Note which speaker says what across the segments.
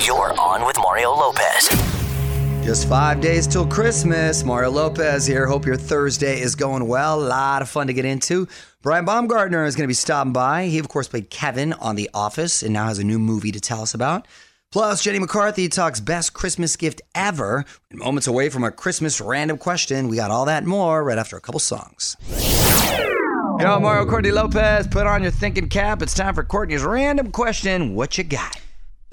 Speaker 1: You're on with Mario Lopez.
Speaker 2: Just five days till Christmas. Mario Lopez here. Hope your Thursday is going well. A lot of fun to get into. Brian Baumgartner is going to be stopping by. He, of course, played Kevin on The Office and now has a new movie to tell us about. Plus, Jenny McCarthy talks best Christmas gift ever. Moments away from a Christmas random question. We got all that and more right after a couple songs. Yo, Mario Courtney Lopez, put on your thinking cap. It's time for Courtney's random question. What you got?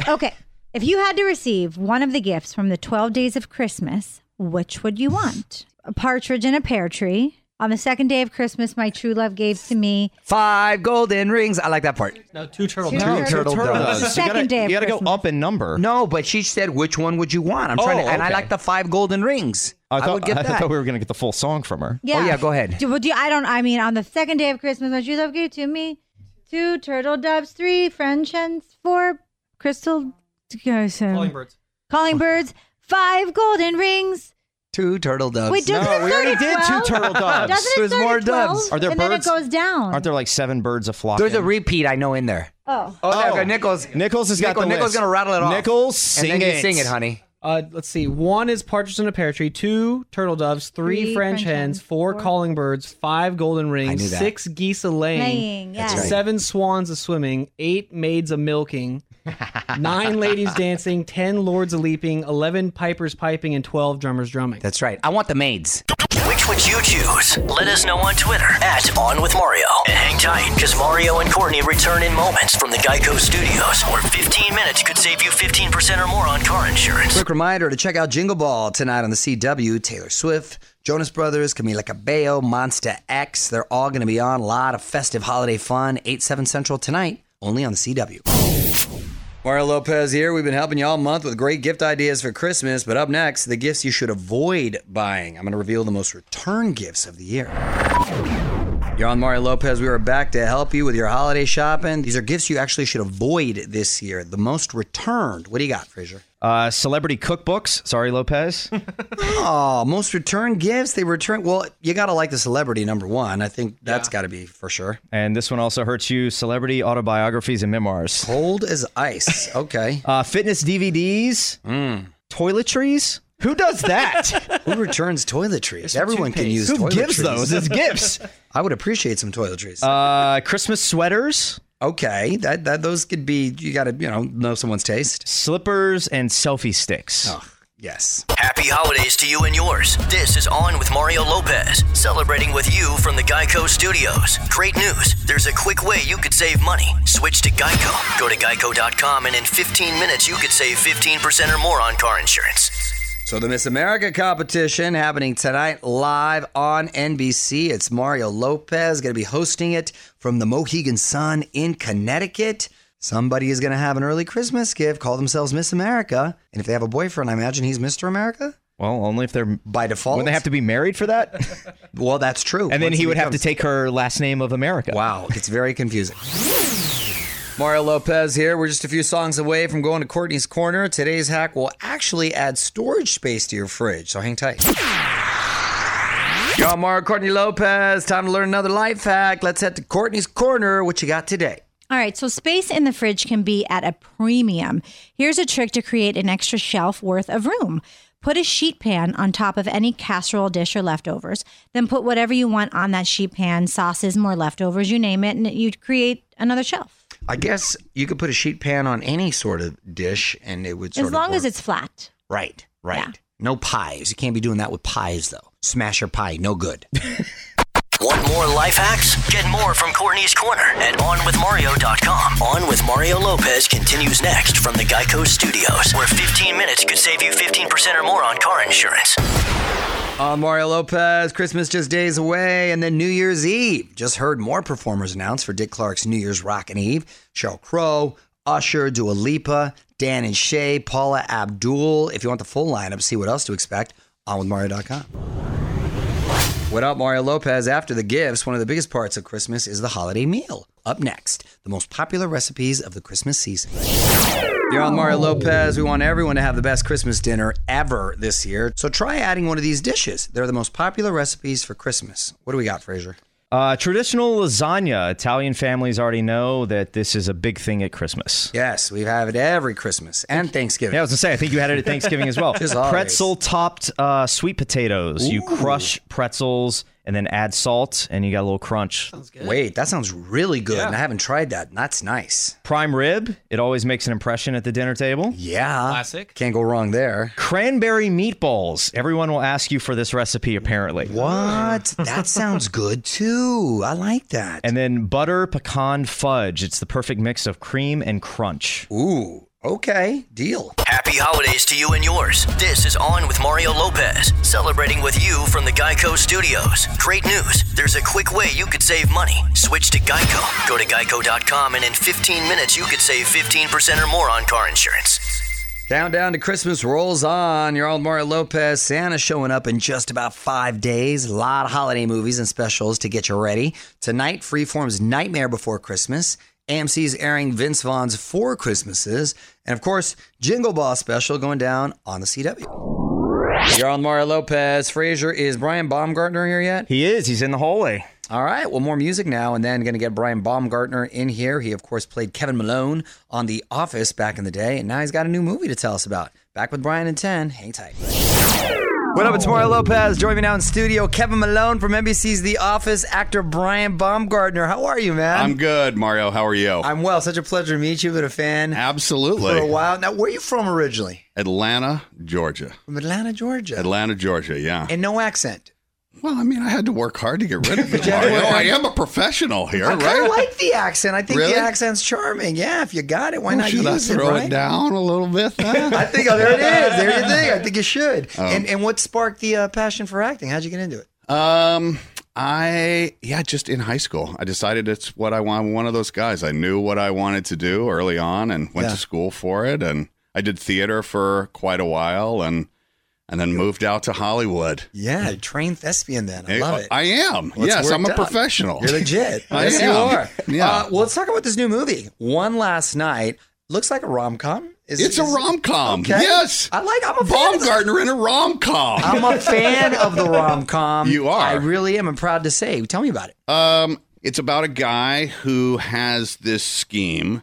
Speaker 3: Okay. If you had to receive one of the gifts from the 12 days of Christmas, which would you want? A partridge in a pear tree. On the second day of Christmas, my true love gave to me
Speaker 2: Five golden rings. I like that part.
Speaker 4: No, two turtle
Speaker 3: Two
Speaker 4: doves.
Speaker 5: Oh,
Speaker 3: turtle
Speaker 2: Turtle
Speaker 3: doves.
Speaker 2: doves.
Speaker 3: Second
Speaker 5: you gotta,
Speaker 3: day of
Speaker 5: you gotta go
Speaker 3: Christmas.
Speaker 5: up in number.
Speaker 2: No, but she said, which one would you want? I'm trying to,
Speaker 5: Oh,
Speaker 2: and I
Speaker 5: okay.
Speaker 2: like the five golden rings. I,
Speaker 5: I thought,
Speaker 2: would get
Speaker 5: I
Speaker 2: that.
Speaker 5: thought we were gonna get the full song from her.
Speaker 3: Yeah.
Speaker 2: yeah, go ahead.
Speaker 3: Do, well, do you- I don't. I mean, on the second day of Christmas, my true love gave to me two turtle doves, three French hens, four crystal guys, um,
Speaker 4: Calling birds.
Speaker 3: calling birds, five golden rings.
Speaker 2: Two turtle doves.
Speaker 3: Wait, doesn't
Speaker 5: No,
Speaker 3: it
Speaker 5: we
Speaker 3: start
Speaker 5: already
Speaker 3: at
Speaker 5: did
Speaker 3: 12?
Speaker 5: two turtle doves.
Speaker 3: Doesn't it
Speaker 2: There's
Speaker 3: start
Speaker 2: more
Speaker 3: at 12?
Speaker 2: doves.
Speaker 5: Are there
Speaker 3: and
Speaker 5: birds?
Speaker 3: then it goes down.
Speaker 5: Aren't there like seven birds a flock?
Speaker 2: There's a
Speaker 5: in?
Speaker 2: repeat I know in there.
Speaker 3: oh,
Speaker 2: Oh, there
Speaker 5: Oh.
Speaker 2: we go. Nichols.
Speaker 5: Nichols has
Speaker 2: Nichols,
Speaker 5: got the
Speaker 2: Nichols
Speaker 5: list.
Speaker 2: gonna rattle it off.
Speaker 5: Nichols,
Speaker 2: and
Speaker 5: sing
Speaker 2: then you
Speaker 5: it.
Speaker 2: sing it, honey.
Speaker 4: Uh, let's see. One is partridge in a pear tree. Two turtle doves. Three,
Speaker 3: Three
Speaker 4: French,
Speaker 3: French
Speaker 4: hens.
Speaker 3: hens,
Speaker 4: Four,
Speaker 3: four-
Speaker 4: calling birds. Five golden rings.
Speaker 2: knew that.
Speaker 4: Six geese a laying.
Speaker 3: Laying, That's yes. right.
Speaker 4: Seven swans a swimming. Eight maids a milking. nine ladies dancing. Ten lords a leaping. Eleven pipers piping, and twelve drummers drumming.
Speaker 2: That's right. I want the maids.
Speaker 1: Which would you choose? Let us know on Twitter at On With Mario. And hang tight, because Mario and Courtney return in moments from the Geico Studios, where 15 minutes could save you 15% or more on car insurance.
Speaker 2: Quick reminder to check out Jingle Ball tonight on the CW. Taylor Swift, Jonas Brothers, Camila Cabello, Monsta X. They're all going to be on. A lot of festive holiday fun. 8, 7 Central tonight, only on the CW. Mario Lopez here. We've been helping you all month with great gift ideas for Christmas. But up next, the gifts you should avoid buying. I'm going to reveal the most return gifts of the year. You're on Mario Lopez. We are back to help you with your holiday shopping. These are gifts you actually should avoid this year. The most returned. What do you got, Fraser?
Speaker 5: Uh, celebrity cookbooks. Sorry, Lopez.
Speaker 2: Oh, most return gifts they return. Well, you gotta like the celebrity number one. I think that's gotta be for sure.
Speaker 5: and this one also hurts you. Celebrity autobiographies and memoirs.
Speaker 2: Cold as ice. Okay,
Speaker 5: Uh, fitness DVDs.
Speaker 2: Mm.
Speaker 5: Toiletries. Who does that?
Speaker 2: who returns toiletries? Everyone can use.
Speaker 5: Who
Speaker 2: toiletries.
Speaker 5: gives those as gifts?
Speaker 2: I would appreciate some toiletries.
Speaker 5: Uh, Christmas sweaters,
Speaker 2: okay, that, that those could be. You gotta you know know someone's taste.
Speaker 5: slippers, and selfie sticks.
Speaker 2: Oh, yes.
Speaker 1: Happy holidays to you and yours. This is On With Mario Lopez, celebrating with you from the Geico Studios. Great news there's a quick way you could save money. Switch to Geico. Go to geico.com, and in 15 minutes, you could save 15% or more on car insurance.
Speaker 2: So the Miss America competition happening tonight live on NBC. It's Mario Lopez going to be hosting it from the Mohegan Sun in Connecticut. Somebody is going to have an early Christmas gift, call themselves Miss America, and if they have a boyfriend, I imagine he's Mr. America
Speaker 5: Well, only if they're.
Speaker 2: by default.
Speaker 5: When they have to be married for that,
Speaker 2: well, that's true.
Speaker 5: and then
Speaker 2: Once
Speaker 5: he would have to
Speaker 2: becomes-
Speaker 5: take her last name of America.
Speaker 2: Wow, it's very confusing. Mario Lopez here. We're just a few songs away from going to Courtney's Corner. Today's hack will actually add storage space to your fridge, so hang tight. Yo, I'm Mario Courtney Lopez. Time to learn another life hack. Let's head to Courtney's Corner. What you got today?
Speaker 3: All right, so space in the fridge can be at a premium. Here's a trick to create an extra shelf worth of room. Put a sheet pan on top of any casserole dish or leftovers, then put whatever you want on that sheet pan, sauces, more leftovers, you name it, and you create another shelf.
Speaker 2: I guess you could put a sheet pan on any sort of dish and it would sort
Speaker 3: as
Speaker 2: of
Speaker 3: long as
Speaker 2: work.
Speaker 3: it's flat.
Speaker 2: right, right. No pies. You can't be doing that with pies though. Smash your pie, no good.
Speaker 1: Want more life hacks? Get more from Courtney's Corner at OnWithMario.com. On with Mario Lopez continues next from the Geico Studios, where 15 minutes could save you 15% or more on car insurance.
Speaker 2: I'm Mario Lopez. Christmas just days away, and then New Year's Eve. Just heard more performers announced for Dick Clark's New Year's Rockin' Eve. Sheryl Crow, Usher, Dua Lipa, Dan and Shay, Paula Abdul. If you want the full lineup, see what else to expect on with Mario.com. What up, Mario Lopez? After the gifts, one of the biggest parts of Christmas is the holiday meal. Up next, the most popular recipes of the Christmas season. You're on Mario Lopez. We want everyone to have the best Christmas dinner ever this year. So try adding one of these dishes. They're the most popular recipes for Christmas. What do we got, Fraser?
Speaker 6: Uh, traditional lasagna. Italian families already know that this is a big thing at Christmas.
Speaker 2: Yes, we have it every Christmas and Thanksgiving.
Speaker 6: Yeah, I was gonna say. I think you had it at Thanksgiving as well.
Speaker 2: Just always.
Speaker 6: Pretzel topped uh, sweet potatoes. You crush pretzels and then add salt, and you got a little crunch.
Speaker 2: Wait, that sounds really good, and I haven't tried that. and That's nice.
Speaker 6: Prime rib. It always makes an impression at the dinner table.
Speaker 2: Yeah,
Speaker 7: Classic.
Speaker 2: Can't go wrong there.
Speaker 6: Cranberry meatballs. Everyone will ask you for this recipe apparently.
Speaker 2: What? That sounds good too. I like that.
Speaker 6: And then butter pecan fudge. It's the perfect mix of cream and crunch.
Speaker 2: ooh, okay, deal.
Speaker 1: Happy holidays to you and yours. This is On with Mario Lopez, celebrating with you from the Geico Studios. Great news there's a quick way you could save money. Switch to Geico. Go to geico.com, and in 15 minutes, you could save 15% or more on car insurance.
Speaker 2: Countdown to Christmas rolls on. Your old Mario Lopez. Santa's showing up in just about five days. A lot of holiday movies and specials to get you ready. Tonight, Freeform's Nightmare Before Christmas. AMC's airing Vince Vaughn's Four Christmases. And of course, Jingle Ball special going down on the CW. Your old Mario Lopez. Frazier, is Brian Baumgartner here yet?
Speaker 6: He is. He's in the hallway.
Speaker 2: All right, well, more music now, and then going to get Brian Baumgartner in here. He, of course, played Kevin Malone on The Office back in the day, and now he's got a new movie to tell us about. Back with Brian in 10. Hang tight. What up, it's Mario Lopez. Joining me now in studio, Kevin Malone from NBC's The Office, actor Brian Baumgartner. How are you, man?
Speaker 8: I'm good, Mario. How are you?
Speaker 2: I'm well. Such a pleasure to meet you. Been a fan for a
Speaker 8: Absolutely.
Speaker 2: while. Now, where are you from originally?
Speaker 8: Atlanta, Georgia.
Speaker 2: From Atlanta, Georgia.
Speaker 8: Atlanta, Georgia, yeah.
Speaker 2: And no accent.
Speaker 8: Well, I mean, I had to work hard to get rid of it.
Speaker 2: you have to
Speaker 8: Mario.
Speaker 2: work
Speaker 8: I
Speaker 2: hard-
Speaker 8: am a professional here,
Speaker 2: I kind
Speaker 8: right?
Speaker 2: of like the accent. I think
Speaker 8: Really?
Speaker 2: the accent's charming. Yeah, if you got it, why
Speaker 8: Well,
Speaker 2: not
Speaker 8: Should I
Speaker 2: use
Speaker 8: throw
Speaker 2: it, right?
Speaker 8: it down a little bit? then?
Speaker 2: I think oh, there it is. There you think. I think you should. and and what sparked the uh, passion for acting? How'd you get into it?
Speaker 8: Um, I yeah, just in high school, I decided it's what I want. I'm one of those guys. I knew what I wanted to do early on, and went
Speaker 2: Yeah.
Speaker 8: to school for it. And I did theater for quite a while, and and then moved out to Hollywood.
Speaker 2: Yeah, trained thespian. Then I love it.
Speaker 8: oh, I am.
Speaker 2: Well, it's
Speaker 8: yes, I'm a
Speaker 2: worked out.
Speaker 8: professional.
Speaker 2: You're legit.
Speaker 8: I
Speaker 2: yes, you
Speaker 8: am.
Speaker 2: are.
Speaker 8: Yeah.
Speaker 2: Uh, well, let's talk about this new movie. One last night looks like a rom com.
Speaker 8: It's a rom com.
Speaker 2: Okay.
Speaker 8: Yes.
Speaker 2: I like. I'm a fan of the-
Speaker 8: Baumgartner in a rom com.
Speaker 2: I'm a fan of the rom com.
Speaker 8: You are.
Speaker 2: I really am. I'm proud to say. Tell me about it.
Speaker 8: Um, it's about a guy who has this scheme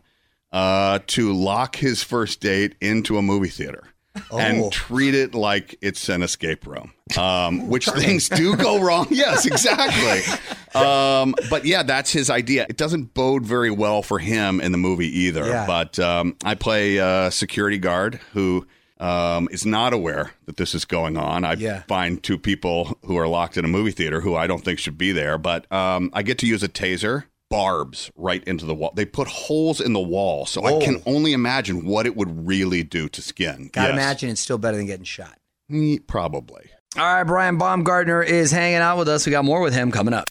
Speaker 8: uh, to lock his first date into a movie theater.
Speaker 2: Oh.
Speaker 8: And treat it like it's an escape room, um, which things do go wrong. Yes, exactly. um, but yeah, that's his idea. It doesn't bode very well for him in the movie either.
Speaker 2: Yeah.
Speaker 8: But um, I play a security guard who um, is not aware that this is going on. I
Speaker 2: Yeah.
Speaker 8: find two people who are locked in a movie theater who I don't think should be there, but um, I get to use a taser. Barbs right into the wall. They put holes in the wall, so I can only imagine what it would really do to skin.
Speaker 2: Gotta
Speaker 8: Yes.
Speaker 2: imagine it's still better than getting shot.
Speaker 8: Mm, Probably.
Speaker 2: All right, Brian Baumgartner is hanging out with us. We got more with him coming up.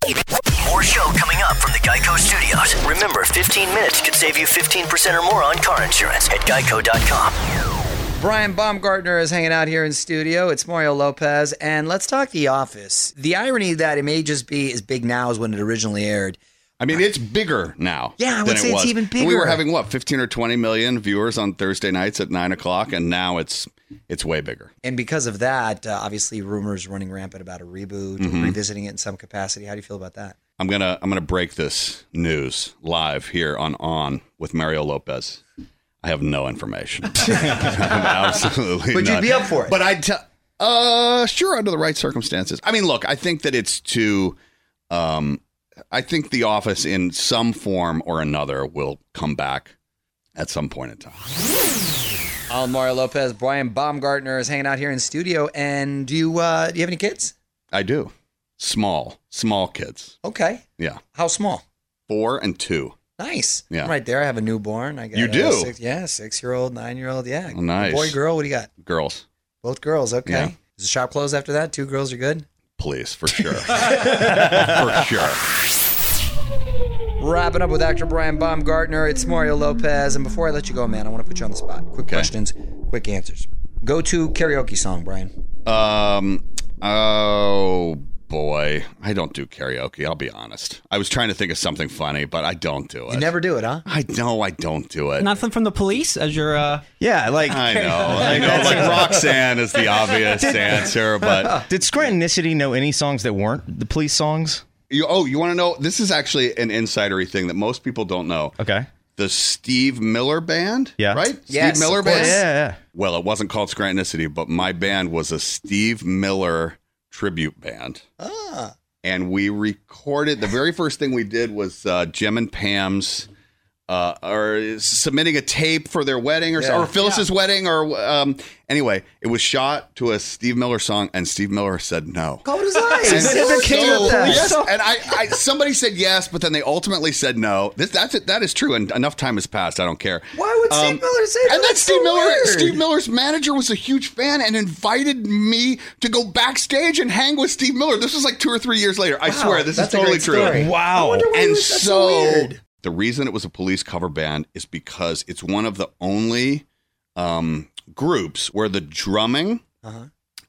Speaker 1: More show coming up from the Geico Studios. Remember, 15 minutes could save you 15% or more on car insurance at geico.com.
Speaker 2: Brian Baumgartner is hanging out here in studio. It's Mario Lopez, and let's talk The Office. The irony that it may just be as big now as when it originally aired.
Speaker 8: I mean, it's bigger now.
Speaker 2: Yeah, I would
Speaker 8: than
Speaker 2: say
Speaker 8: it
Speaker 2: it's
Speaker 8: was.
Speaker 2: even
Speaker 8: We
Speaker 2: bigger.
Speaker 8: were having what, fifteen or twenty million viewers on Thursday nights at nine o'clock, and now it's it's way bigger.
Speaker 2: And because of that, uh, obviously, rumors running rampant about a reboot,
Speaker 8: Mm-hmm.
Speaker 2: revisiting it in some capacity. How do you feel about that?
Speaker 8: I'm gonna I'm gonna break this news live here on On with Mario Lopez. I have no information. Absolutely.
Speaker 2: But you'd
Speaker 8: none.
Speaker 2: be up for it.
Speaker 8: But I'd tell uh sure under the right circumstances. I mean, look, I think that it's too um I think the office in some form or another will come back at some point in time.
Speaker 2: I'm Mario Lopez. Brian Baumgartner is hanging out here in studio. And do you uh, do you have any kids?
Speaker 8: I do. Small, small kids.
Speaker 2: Okay,
Speaker 8: Yeah.
Speaker 2: how small?
Speaker 8: Four and two.
Speaker 2: Nice.
Speaker 8: Yeah.
Speaker 2: Right there, I have a newborn. I got
Speaker 8: You
Speaker 2: a
Speaker 8: do?
Speaker 2: Six, yeah, six year old, nine year old. Yeah.
Speaker 8: Nice.
Speaker 2: Boy, girl. What do you got?
Speaker 8: Girls,
Speaker 2: Both girls. Okay.
Speaker 8: Yeah.
Speaker 2: Is the shop closed after that? Two girls are good.
Speaker 8: please, for sure. for sure.
Speaker 2: Wrapping up with actor Brian Baumgartner, it's Mario Lopez. And before I let you go, man, I want to put you on the spot. Quick questions, quick answers. Go to karaoke song, Brian.
Speaker 8: Um. Oh boy, I don't do karaoke. I'll be honest. I was trying to think of something funny, but I don't do it.
Speaker 2: You never do it, huh?
Speaker 8: I know I don't do it.
Speaker 4: Nothing from the police as your uh,
Speaker 6: Yeah, like
Speaker 8: I know. I know. Like Roxanne is the obvious answer, but
Speaker 6: did Scrantonicity know any songs that weren't the police songs?
Speaker 8: You, oh, you want to know? This is actually an insidery thing that most people don't know.
Speaker 6: Okay.
Speaker 8: The Steve Miller Band,
Speaker 6: Yeah.
Speaker 8: right?
Speaker 2: Yes,
Speaker 8: Steve Miller
Speaker 2: of course.
Speaker 8: Band.
Speaker 6: Yeah, yeah.
Speaker 8: Well, it wasn't called Scrantonicity, but my band was a Steve Miller tribute band.
Speaker 2: Ah.
Speaker 8: and we recorded the very first thing we did was uh, Jim and Pam's uh, or submitting a tape for their wedding or,
Speaker 2: Yeah.
Speaker 8: or Phyllis's wedding or um, anyway, it was shot to a Steve Miller song and Steve Miller said no.
Speaker 2: Call it his eyes.
Speaker 8: And
Speaker 2: He's
Speaker 8: so-
Speaker 2: the king of that.
Speaker 8: yes, and I, I, somebody said yes, but then they ultimately said no. This, that's it. That is true, and enough time has passed. I don't care.
Speaker 2: Why would Steve Miller say that?
Speaker 8: Um, And then
Speaker 2: That's
Speaker 8: Steve
Speaker 2: so
Speaker 8: Miller,
Speaker 2: weird.
Speaker 8: Steve Miller's manager was a huge fan and invited me to go backstage and hang with Steve Miller. This was like two or three years later. I swear, this is
Speaker 2: that's a
Speaker 8: totally
Speaker 2: great
Speaker 8: true.
Speaker 2: story.
Speaker 6: Wow.
Speaker 8: And
Speaker 2: was- that's so weird.
Speaker 8: the reason it was a police cover band is because it's one of the only um, groups where the drumming
Speaker 2: Uh-huh.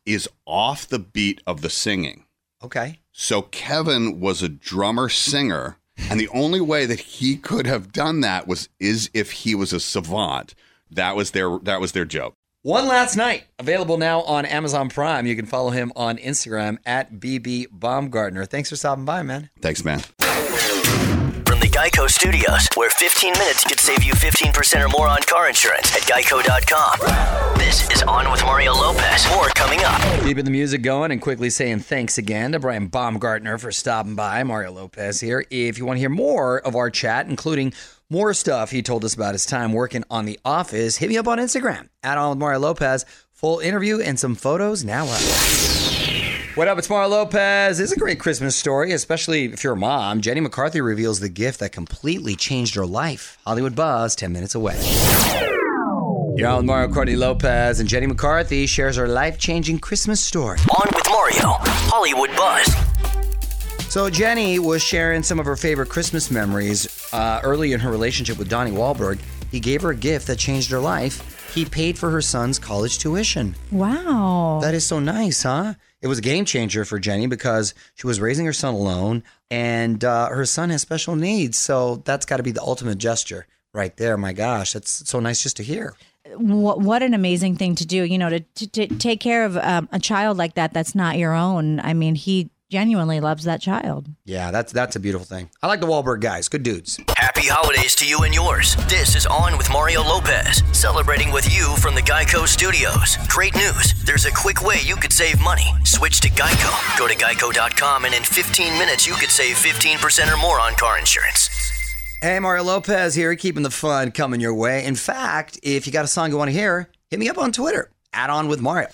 Speaker 8: is off the beat of the singing.
Speaker 2: Okay.
Speaker 8: So Kevin was a drummer singer, and the only way that he could have done that was is if he was a savant. That was their that was their joke.
Speaker 2: One Last Night, available now on Amazon Prime. You can follow him on Instagram at BB Baumgartner. Thanks for stopping by, man.
Speaker 8: Thanks, man.
Speaker 1: From the Geico Studios, where 15 minutes could save you 15% or more on car insurance at geico.com. This is On with Mario Lopez. More coming up.
Speaker 2: Keeping the music going and quickly saying thanks again to Brian Baumgartner for stopping by. Mario Lopez here. If you want to hear more of our chat, including more stuff he told us about his time working on The Office, hit me up on Instagram at On with Mario Lopez. Full interview and some photos now up. What up? It's Mario Lopez. It's a great Christmas story, especially if you're a mom. Jenny McCarthy reveals the gift that completely changed her life. Hollywood Buzz, 10 minutes away. You're on with Mario Courtney Lopez, and Jenny McCarthy shares her life changing Christmas story.
Speaker 1: On with Mario, Hollywood Buzz.
Speaker 2: So Jenny was sharing some of her favorite Christmas memories uh, early in her relationship with Donnie Wahlberg. He gave her a gift that changed her life. He paid for her son's college tuition.
Speaker 3: Wow.
Speaker 2: That is so nice, huh? It was a game changer for Jenny because she was raising her son alone, and uh, her son has special needs. So that's got to be the ultimate gesture, right there. My gosh, that's so nice just to hear.
Speaker 3: what, what an amazing thing to do you know to, to, to take care of um, a child like that that's not your own i mean he genuinely loves that child
Speaker 2: Yeah, that's that's a beautiful thing. I like the Wahlberg guys. Good dudes.
Speaker 1: Happy holidays to you and yours. This is On with Mario Lopez, celebrating with you from the Geico Studios. Great news there's a quick way you could save money. Switch to Geico. Go to geico.com, and in 15 minutes, you could save 15% or more on car insurance.
Speaker 2: Hey, Mario Lopez here, keeping the fun coming your way. In fact, if you got a song you want to hear, hit me up on Twitter, add on with Mario.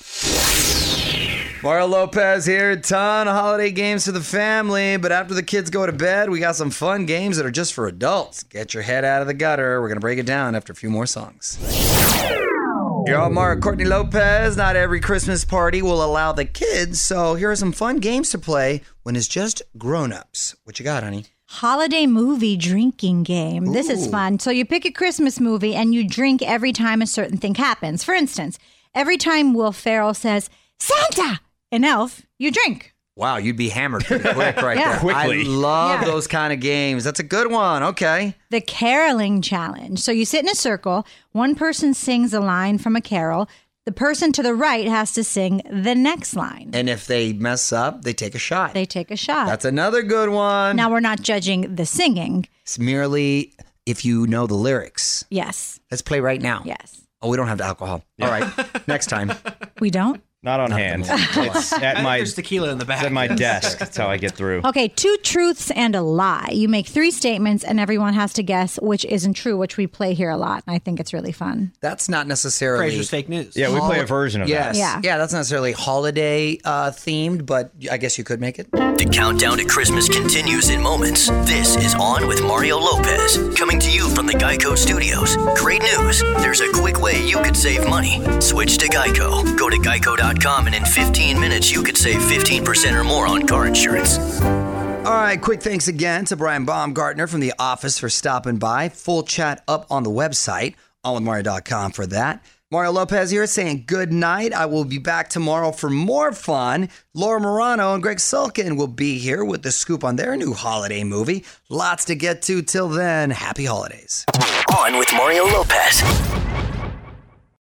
Speaker 2: Mario Lopez here, ton of holiday games for the family, but after the kids go to bed, we got some fun games that are just for adults. Get your head out of the gutter. We're going to break it down after a few more songs. You're all Mario Courtney Lopez. Not every Christmas party will allow the kids, so here are some fun games to play when it's just grown ups. What you got, honey?
Speaker 3: holiday movie drinking game this is fun so you pick a christmas movie and you drink every time a certain thing happens for instance every time will ferrell says santa an elf you drink
Speaker 2: Wow, you'd be hammered pretty quick right
Speaker 3: Yeah.
Speaker 2: there.
Speaker 6: Quickly.
Speaker 2: I love
Speaker 3: Yeah.
Speaker 2: those kind of games. That's a good one. Okay.
Speaker 3: the caroling challenge. So you sit in a circle, one person sings a line from a carol, the person to the right has to sing the next line.
Speaker 2: And if they mess up, they take a shot.
Speaker 3: They take a shot.
Speaker 2: That's another good one.
Speaker 3: now we're not judging the singing.
Speaker 2: it's merely if you know the lyrics.
Speaker 3: Yes.
Speaker 2: Let's play right now.
Speaker 3: Yes.
Speaker 2: Oh, we don't have the alcohol. All right. Next time.
Speaker 3: We don't?
Speaker 6: Not on hand. It's at my
Speaker 4: There's tequila in the
Speaker 6: it's
Speaker 4: back.
Speaker 6: at my desk. That's how I get through.
Speaker 3: Okay, two truths and a lie. You make three statements and everyone has to guess which isn't true, which we play here a lot. And I think it's really fun.
Speaker 2: That's not necessarily.
Speaker 4: Frasier's fake news.
Speaker 6: Yeah, we play a version of
Speaker 2: Yes.
Speaker 3: Yeah.
Speaker 2: Yeah. that's not necessarily holiday uh, themed, but I guess you could make it.
Speaker 1: The countdown to Christmas continues in moments. This is On with Mario Lopez, coming to you from the Geico Studios. Great news! There's a quick way you could save money. Switch to Geico. Go to geico.com, and in 15 minutes, you could save 15% or more on car insurance.
Speaker 2: All right, quick thanks again to Brian Baumgartner from The Office for stopping by. Full chat up on the website, onwithmario.com for that. Mario Lopez here saying good night. I will be back tomorrow for more fun. Laura Morano and Greg Sulkin will be here with the scoop on their new holiday movie. Lots to get to till then. Happy holidays.
Speaker 1: On with Mario Lopez.